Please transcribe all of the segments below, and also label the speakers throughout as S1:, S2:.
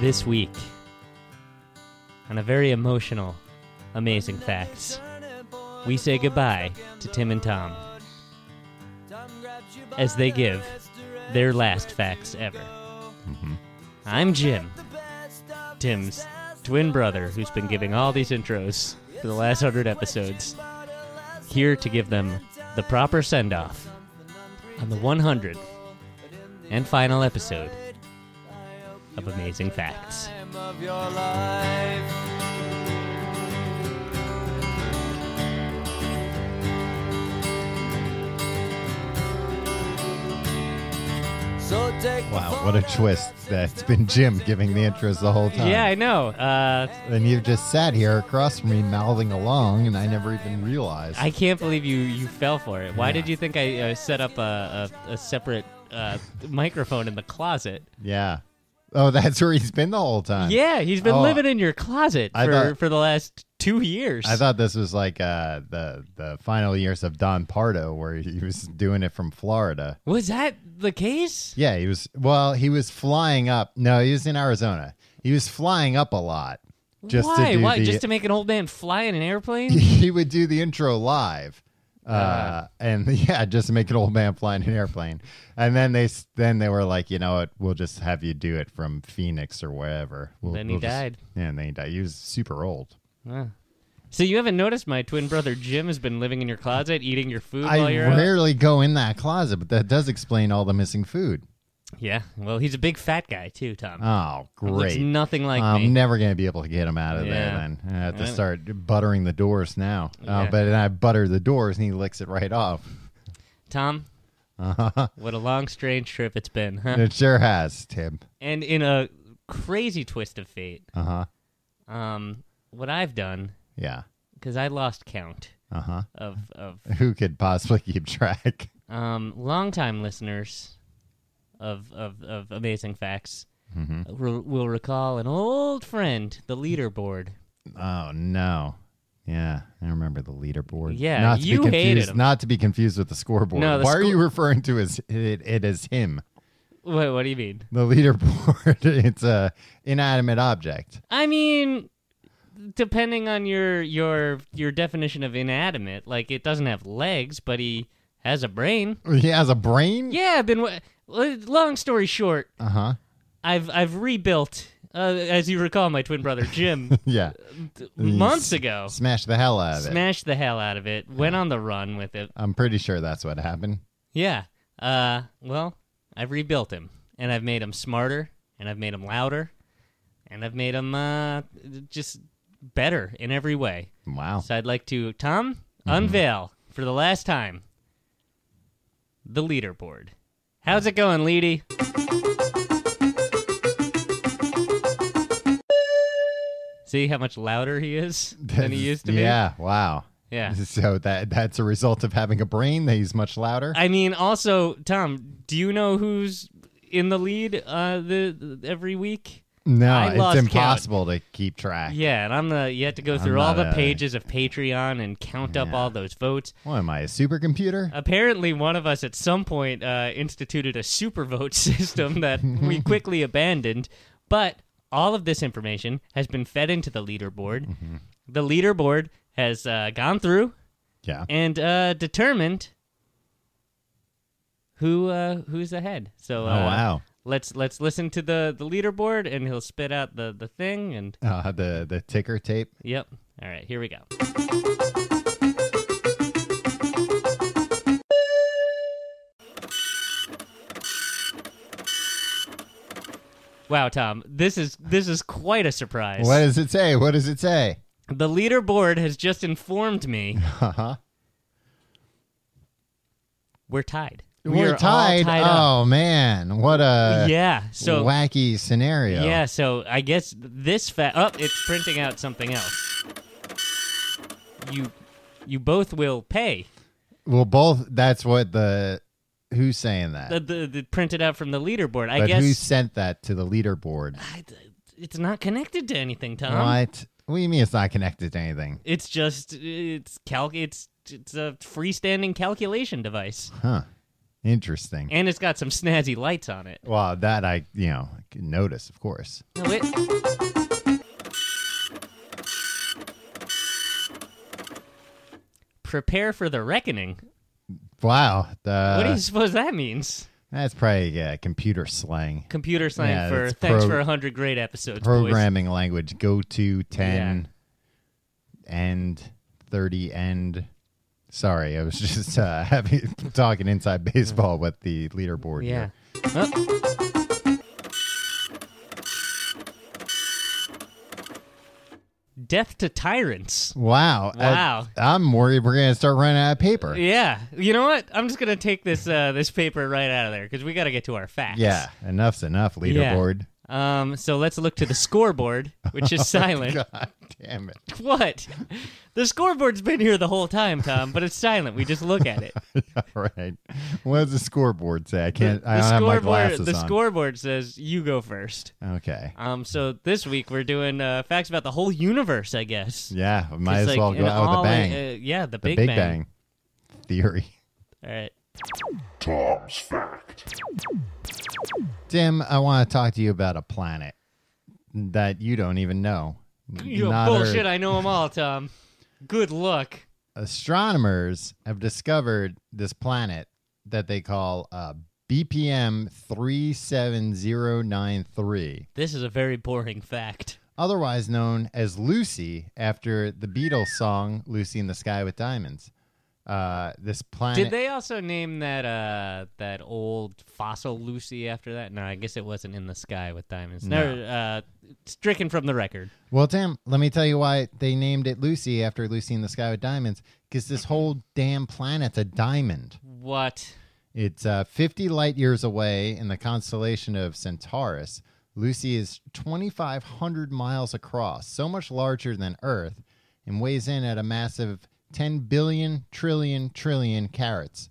S1: this week on a very emotional, amazing facts. We say goodbye to Tim and Tom as they give their last facts ever. I'm Jim, Tim's twin brother, who's been giving all these intros for the last hundred episodes, here to give them the proper send off on the 100th and final episode of Amazing Facts.
S2: time of your life. So take the
S3: Wow, what a
S2: phone
S3: twist. That's been Jim giving the intros the whole time.
S1: Yeah, I know. Uh,
S3: And you've just sat here across from me mouthing along, and I never even realized.
S1: I can't believe you, you fell for it. Why did you think I uh, set up a, a, a separate uh, microphone in the closet?
S3: yeah. Oh, that's where he's been the whole time.
S1: Yeah, he's been
S3: Oh.
S1: living in your closet
S3: I
S1: for,
S3: thought-
S1: for the last two years.
S3: I thought this was like uh, the the final years of Don Pardo, where he was doing it from Florida.
S1: was that the case?
S3: Yeah, he was. Well, he was flying up. No, he was in Arizona. He was flying up a lot. Just
S1: Why?
S3: to do
S1: Why?
S3: the,
S1: Just to make an old man fly in an airplane?
S3: he would do the intro live. Uh, and yeah, just make an old man fly in an airplane, and then they s- then they were like, you know what, we'll just have you do it from Phoenix or wherever. We'll,
S1: Then he
S3: we'll just-
S1: died.
S3: yeah, and then he died. He was super old.
S1: so you haven't noticed my twin brother Jim has been living in your closet, eating your food while
S3: I
S1: you're out?
S3: rarely go in that closet, but that does explain all the missing food.
S1: Yeah. Well, he's a big fat guy too, Tom.
S3: Oh,
S1: Looks
S3: great!
S1: nothing like
S3: I'm
S1: me.
S3: never gonna be able to get him out of there.
S1: Yeah.
S3: Then I have to
S1: Yeah.
S3: start buttering the doors now. Uh,
S1: Yeah.
S3: but then I butter the doors, and he licks it right off.
S1: Tom,
S3: Uh-huh.
S1: what a long, strange trip it's been, huh?
S3: It sure has, Tim.
S1: And in a crazy twist of fate,
S3: Uh huh.
S1: um, what I've done
S3: Yeah.
S1: because I lost count
S3: Uh huh.
S1: of of
S3: who could possibly keep track?
S1: um, longtime listeners of of, of Amazing Facts uh, re- will recall an old friend, the leaderboard.
S3: Oh no. Yeah, I remember the leaderboard.
S1: Yeah,
S3: not to
S1: you
S3: be
S1: hated
S3: confused,
S1: him.
S3: Not to be confused with the scoreboard.
S1: No, the
S3: Why are
S1: sco-
S3: you referring to as it, it as him?
S1: What, what do you mean?
S3: The leaderboard. it's a inanimate object.
S1: I mean, depending on your your your definition of inanimate, like it doesn't have legs, but he has a brain.
S3: He has a brain.
S1: Yeah, I've been. wa- uh, Long story short,
S3: Uh huh.
S1: I've I've rebuilt, uh, as you recall, my twin brother Jim
S3: Yeah.
S1: months ago.
S3: Smash the hell out of it.
S1: Smashed the hell out of it. Went on the run with it.
S3: I'm pretty sure that's what happened.
S1: Yeah. Uh, well, I've rebuilt him, and I've made him smarter, and I've made him louder, and I've made him uh, just better in every way.
S3: Wow.
S1: So I'd like to, Tom,
S3: Mm-hmm.
S1: unveil for the last time the leaderboard. How's it going, Leedy? See how much louder he is than he used to be?
S3: Yeah. Wow.
S1: Yeah.
S3: So that that's a result of having a brain that he's much louder.
S1: I mean, also, Tom, do you know who's in the lead uh, the every week?
S3: no,
S1: I lost
S3: it's
S1: count.
S3: impossible to keep track.
S1: Yeah, and I'm the you have to go through
S3: I'm
S1: all
S3: not
S1: the
S3: a-
S1: pages of Patreon and count up all those votes.
S3: What am I, a supercomputer?
S1: Uh, Apparently, one of us at some point uh, instituted a supervote system that we quickly abandoned. But all of this information has been fed into the leaderboard.
S3: Mm-hmm.
S1: The leaderboard has uh, gone through
S3: Yeah.
S1: and uh, determined who uh, who's ahead. So, uh,
S3: oh wow.
S1: let's let's listen to the the leaderboard, and he'll spit out the the thing. And
S3: Uh, the the ticker tape.
S1: yep, all right, here we go. Wow, Tom, this is this is quite a surprise.
S3: What does it say? What does it say?
S1: The leaderboard has just informed me
S3: Uh-huh.
S1: we're tied.
S3: We're,
S1: We are all
S3: tied.
S1: up.
S3: oh man, what a
S1: yeah. So
S3: wacky scenario.
S1: Yeah, so I guess this fact. Oh, it's printing out something else. You, you both will pay.
S3: Well, both. That's what the who's saying that.
S1: The, the, the printed out from the leaderboard. I
S3: but who
S1: guess
S3: sent that to the leaderboard?
S1: I, it's not connected to anything, Tom.
S3: what? What do you mean it's not connected to anything?
S1: It's just it's calc. It's it's a freestanding calculation device.
S3: Huh? Interesting.
S1: and it's got some snazzy lights on it.
S3: Well, that I, you know, I could notice, of course.
S1: No, it- Prepare for the reckoning.
S3: Wow.
S1: what do
S3: The,
S1: you suppose that means?
S3: that's probably yeah, computer slang.
S1: Computer slang
S3: yeah,
S1: for
S3: that's
S1: thanks
S3: pro-
S1: for a hundred great episodes, boys.
S3: Programming language. Go to 10, end, 30, end. Sorry, I was just uh, happy talking inside baseball with the leaderboard.
S1: Yeah.
S3: here.
S1: Oh, Death to tyrants.
S3: Wow. I-
S1: Wow.
S3: I'm worried we're going to start running out of paper.
S1: Yeah, you know what? I'm just gonna take this uh, this paper right out of there because we got to get to our facts.
S3: Yeah, enough's enough,
S1: Yeah.
S3: leaderboard.
S1: Um. So let's look to the scoreboard, which is silent.
S3: Oh, God damn it.
S1: What? The scoreboard's been here the whole time, Tom, but it's silent. We just look at it.
S3: All right. What does the scoreboard say? I can't, I
S1: the
S3: don't have my
S1: scoreboard.
S3: glasses
S1: the
S3: on.
S1: scoreboard says you go first.
S3: okay.
S1: Um. So this week we're doing uh, facts about the whole universe, I guess.
S3: Yeah, we might
S1: It's
S3: as
S1: like
S3: well go
S1: an
S3: out with a
S1: all-
S3: bang.
S1: uh, yeah, the,
S3: the
S1: Big,
S3: Big Bang. Theory.
S1: All right.
S4: Tom's Fact.
S3: Tim, I want to talk to you about a planet that you don't even know.
S1: You
S3: Not
S1: bullshit.
S3: Earth.
S1: I know them all, Tom. Good luck.
S3: Astronomers have discovered this planet that they call uh, BPM 37093.
S1: This is a very boring fact.
S3: otherwise known as Lucy after the Beatles song Lucy in the Sky with Diamonds. Uh, this planet.
S1: Did they also name that uh that old fossil Lucy after that? No, I guess it wasn't in the sky with diamonds. No, uh, stricken from the record.
S3: Well, Tim, let me tell you why they named it Lucy after Lucy in the Sky with Diamonds because this whole damn planet's a diamond.
S1: What?
S3: It's uh, 50 light years away in the constellation of Centaurus. Lucy is 2,500 miles across, so much larger than Earth, and weighs in at a massive 10 billion trillion trillion carats.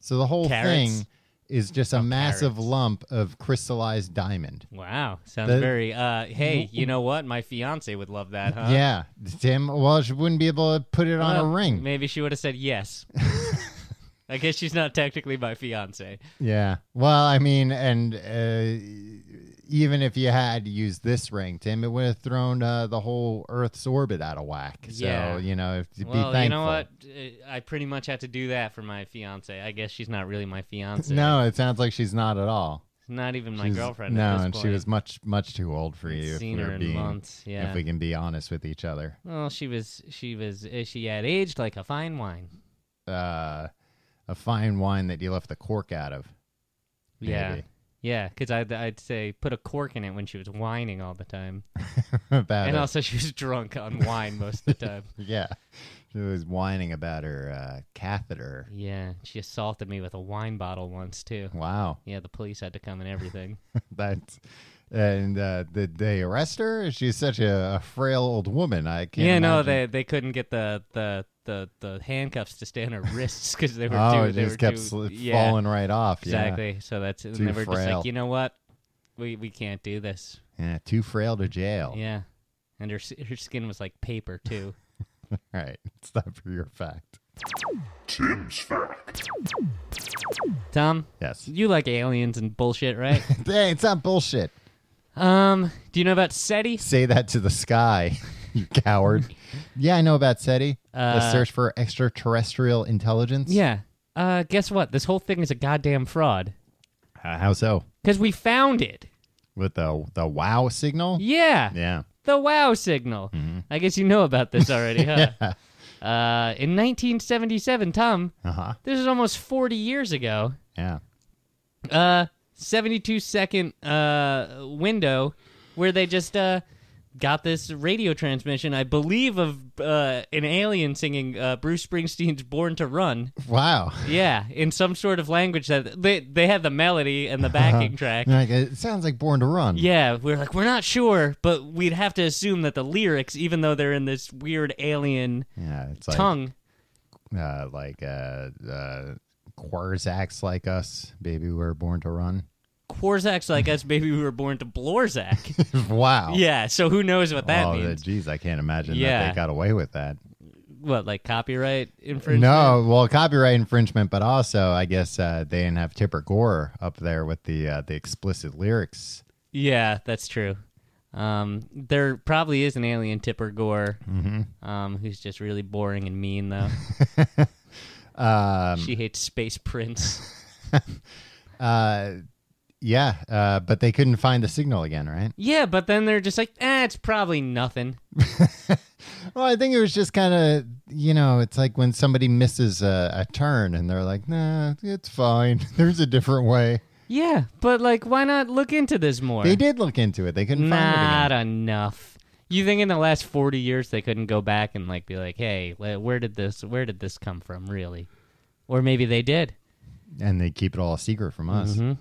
S3: So the whole
S1: Carats?
S3: thing is just a massive
S1: carrots.
S3: lump of crystallized diamond.
S1: Wow, sounds
S3: The-
S1: very. Uh, hey, you know what? My fiance would love that, huh?
S3: Yeah, Tim. Well, she wouldn't be able to put it on
S1: Well,
S3: a ring.
S1: Maybe she would have said yes. I guess she's not technically my fiance.
S3: Yeah. Well, I mean, and uh, even if you had used this ring, Tim, it would have thrown uh, the whole Earth's orbit out of whack.
S1: Yeah.
S3: So you know, if, be
S1: well,
S3: thankful.
S1: you know what? Uh, I pretty much had to do that for my fiance. I guess she's not really my fiance.
S3: No, it sounds like she's not at all.
S1: not even my
S3: She's-
S1: girlfriend.
S3: No,
S1: at this
S3: and
S1: point.
S3: she was much, much too old for you. If
S1: seen
S3: we're
S1: her in
S3: being,
S1: months. Yeah.
S3: If we can be honest with each other,
S1: Well, she was she was uh, she had aged like a fine wine.
S3: uh, a fine wine that you left the cork out of.
S1: Yeah,
S3: Maybe.
S1: yeah. Because I'd I'd say put a cork in it when she was whining all the time,
S3: about
S1: and
S3: it.
S1: also she was drunk on wine most of the time.
S3: yeah, she was whining about her uh, catheter.
S1: Yeah, she assaulted me with a wine bottle once too.
S3: Wow.
S1: Yeah, the police had to come and everything.
S3: That's and uh, did they arrest her? She's such a, a frail old woman. I can't.
S1: yeah, no,
S3: imagine.
S1: they they couldn't get the the the, the handcuffs to stay on her wrists because they were
S3: Oh,
S1: too
S3: it
S1: they
S3: just
S1: were
S3: kept
S1: too-
S3: sli-
S1: yeah,
S3: falling right off. yeah.
S1: exactly. So that's and
S3: Too
S1: they were just
S3: frail.
S1: like, you know what, we we can't do this.
S3: Yeah. too frail to jail.
S1: Yeah, and her s- her skin was like paper too.
S3: All right, it's time for your fact.
S4: Tim's Fact.
S1: Tom,
S3: Yes.
S1: you like aliens and bullshit, right?
S3: hey, it's not bullshit.
S1: um, do you know about SETI?
S3: Say that to the sky, you coward. yeah, I know about SETI. the
S1: Uh,
S3: search for extraterrestrial intelligence.
S1: Yeah. Uh, guess what? This whole thing is a goddamn fraud.
S3: Uh, how so?
S1: Cause we found it.
S3: With the the wow signal.
S1: Yeah.
S3: Yeah. Mm-hmm.
S1: The wow signal. I guess you know about this already, huh? Uh, in 1977, Tom,
S3: Uh huh.
S1: this is almost 40 years ago.
S3: Yeah.
S1: Uh, 72 second uh window where they just uh got this radio transmission, I believe, of uh an alien singing uh, Bruce Springsteen's "Born to Run."
S3: Wow.
S1: Yeah, in some sort of language that they they had the melody and the backing track.
S3: Like, it sounds like Born to Run.
S1: Yeah, we are like we're not sure, but we'd have to assume that the lyrics, even though they're in this weird alien
S3: Yeah. It's like
S1: tongue,
S3: uh, like uh, uh, Quarzacks like us, baby, we were born to run.
S1: Quarzak's like us, maybe we were born to Blorzak.
S3: wow.
S1: yeah, so who knows what that
S3: oh,
S1: means?
S3: geez, I can't imagine that
S1: Yeah.
S3: they got away with that.
S1: what like copyright infringement?
S3: No, well, copyright infringement, but also I guess uh, they didn't have Tipper Gore up there with the uh, the explicit lyrics.
S1: Yeah, that's true. Um, there probably is an alien Tipper Gore,
S3: Mm-hmm.
S1: um, who's just really boring and mean though.
S3: Um,
S1: she hates Space Prince.
S3: uh, yeah, uh, but they couldn't find the signal again, right?
S1: Yeah, but then they're just like, eh, it's probably nothing.
S3: Well, I think it was just kind of you know, it's like when somebody misses a, a turn and they're like, nah, it's fine. There's a different way.
S1: Yeah, but like, why not look into this more?
S3: They did look into it. They couldn't find it. Again.
S1: Not enough. You think in the last forty years they couldn't go back and like be like, hey, wh- where did this where did this come from, really? Or maybe they did.
S3: and they keep it all a secret from us.
S1: Mm-hmm.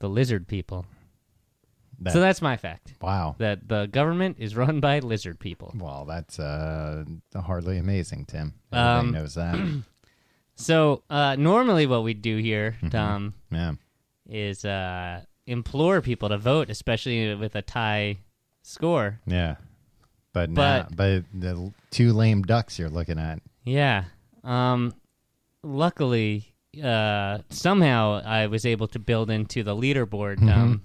S1: The lizard people.
S3: That-
S1: so that's my fact.
S3: wow.
S1: That the government is run by lizard people.
S3: well, that's uh, hardly amazing, Tim. Everybody
S1: Um,
S3: knows that.
S1: So uh, normally what we do here, Tom,
S3: yeah.
S1: is uh, implore people to vote, especially with a tie score.
S3: Yeah. But now,
S1: But-
S3: but the l- two lame ducks you're looking at.
S1: Yeah. Um luckily uh somehow I was able to build into the leaderboard um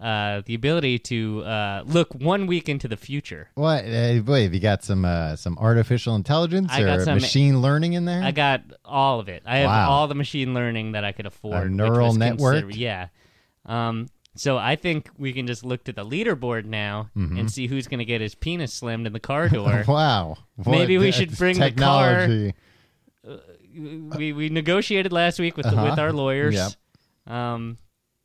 S1: uh the ability to uh look one week into the future.
S3: What? Uh, boy, have you got some uh, some artificial intelligence
S1: I
S3: or
S1: got some-
S3: machine learning in there?
S1: I got all of it. I have
S3: Mm. Wow.
S1: all the machine learning that I could afford. which
S3: neural
S1: was
S3: network?
S1: consider- Yeah. Um so I think we can just look to the leaderboard now
S3: Mm-hmm.
S1: and see who's going to get his penis slammed in the car door.
S3: wow. What
S1: Maybe we
S3: the-
S1: should
S3: it's
S1: bring the car-
S3: technology.
S1: we we negotiated last week with the,
S3: Uh-huh.
S1: with our lawyers.
S3: Yep.
S1: Um,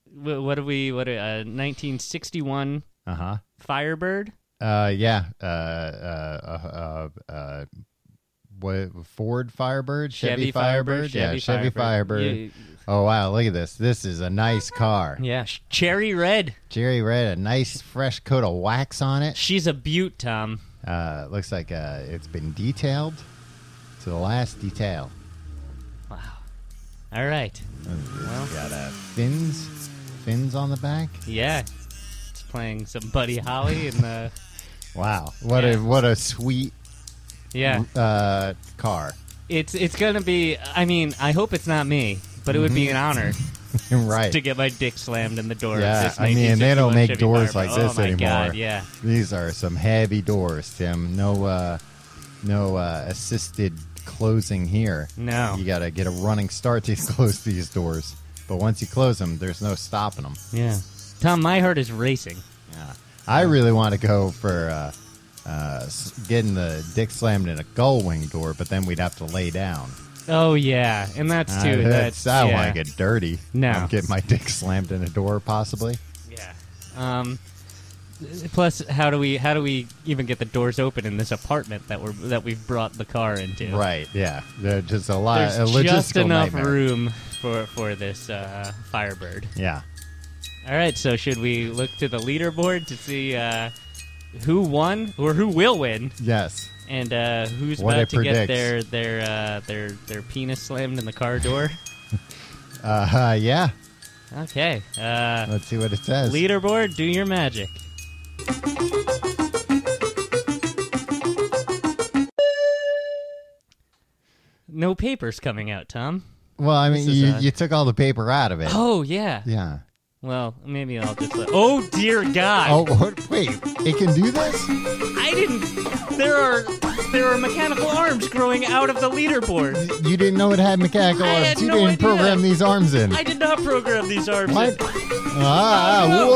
S1: wh- what do we? What a uh, 1961
S3: Uh-huh.
S1: Firebird.
S3: Uh yeah. Uh uh uh uh, uh what Ford Firebird, Chevy, Firebird, yeah, Chevy Firebird.
S1: You-
S3: Oh wow, look at this! This is a nice car.
S1: yeah, sh- cherry red.
S3: Jerry Red, a nice fresh coat of wax on it.
S1: She's a beaut, Tom.
S3: Uh, looks like uh, it's been detailed to the last detail.
S1: All right.
S3: It's got uh, fins, fins on the back.
S1: Yeah, it's playing some Buddy Holly and the
S3: Wow, what
S1: Yeah.
S3: a what a sweet
S1: yeah.
S3: uh, car,
S1: It's it's gonna be. I mean, I hope it's not me, but it would be
S3: Mm-hmm.
S1: an honor
S3: right?
S1: to get my dick slammed in the door.
S3: Yeah,
S1: of this
S3: I mean, they
S1: 1961
S3: don't make
S1: Chevy
S3: doors
S1: Firebird.
S3: like this
S1: oh, my God,
S3: anymore.
S1: yeah.
S3: These are some heavy doors, Tim. No, uh, no uh, assisted closing here.
S1: No.
S3: you got to get a running start to close these doors. But once you close them, there's no stopping them.
S1: Yeah. Tom, my heart is racing.
S3: Yeah. I really want to go for uh, uh, s- getting the dick slammed in a gull wing door, but then we'd have to lay down.
S1: Oh yeah, and that's too.
S3: I,
S1: that's,
S3: I don't
S1: yeah.
S3: want to get dirty.
S1: No.
S3: I'll Get my dick slammed in a door, possibly.
S1: Yeah. Um. Plus, how do we how do we even get the doors open in this apartment that we're that we've brought the car into?
S3: Right, yeah. There's just a lot
S1: There's
S3: a logistical
S1: just enough
S3: nightmare.
S1: room for for this uh, Firebird.
S3: Yeah.
S1: All right. So should we look to the leaderboard to see uh, who won or who will win,
S3: Yes.
S1: and uh, who's
S3: What
S1: about
S3: it
S1: to get
S3: predicts.
S1: their their uh, their their penis slammed in the car door?
S3: Uh, uh, yeah.
S1: Okay. Uh,
S3: Let's see what it says.
S1: Leaderboard, do your magic. No papers coming out, Tom.
S3: Well, I mean,
S1: This is
S3: you,
S1: a-
S3: you took all the paper out of it.
S1: Oh yeah.
S3: Yeah.
S1: Well, maybe I'll just. Let... Oh dear
S3: Oh,
S1: God!
S3: what? wait. It can do this?
S1: I didn't. There are there are mechanical arms growing out of the leaderboard.
S3: You didn't know it had mechanical
S1: I
S3: arms.
S1: had
S3: you
S1: no
S3: didn't
S1: idea.
S3: program these arms in.
S1: I did not program these arms.
S3: What? Ah,
S1: No,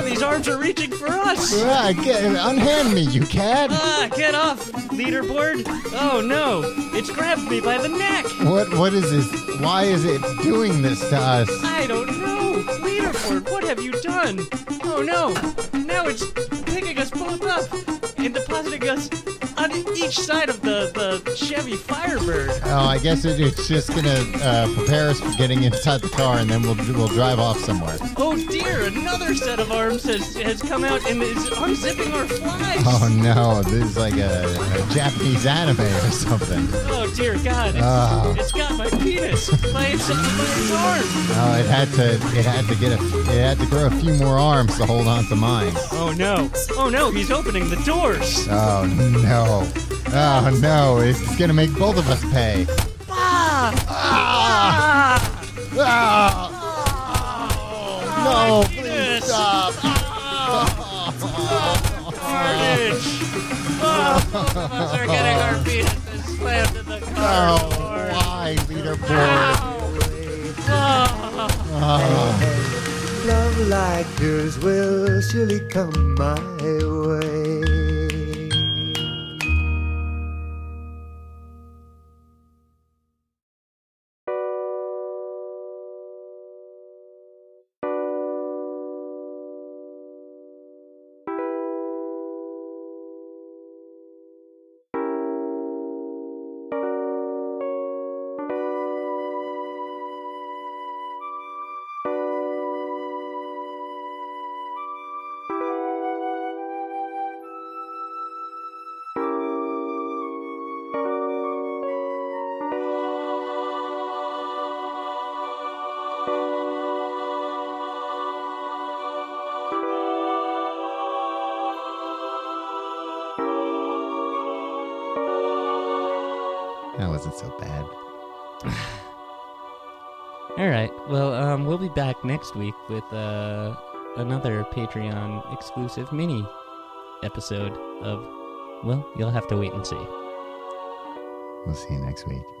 S3: whoa!
S1: these arms are reaching for us.
S3: Ah, get- unhand me, you cad!
S1: Ah, get off, leaderboard! Oh no, it's grabbed me by the neck.
S3: What? What is this? Why is it doing this to us?
S1: I don't know! Leaderboard, what have you done? Oh no! Now it's picking us both up and depositing us on each side of the, the Chevy Firebird.
S3: Oh, I guess it, it's just gonna uh, prepare us for getting inside the car, and then we'll we'll drive off somewhere.
S1: Oh dear, another set of arms has, has come out and is unzipping our flies!
S3: Oh no! This is like a, a Japanese anime or something.
S1: Oh, dear God, it's,
S3: Oh.
S1: it's got my penis by its, by its arm!
S3: Oh, it had to it had to get a it had to grow a few more arms to hold on to mine. Ah.
S1: Oh no, oh no, he's opening the doors!
S3: Oh no! Oh no, it's gonna make both of us pay. Ah! Ah! Ah! No, please stop.
S1: They're Oh, getting our penises slammed in the
S3: No,
S1: car.
S3: Oh, why leaderboard?
S1: Oh.
S3: Ah.
S5: Love like yours will surely come my way.
S3: That wasn't so bad.
S1: All right. Well, um, we'll be back next week with uh, another Patreon exclusive mini episode of. Well, you'll have to wait and see.
S3: We'll see you next week.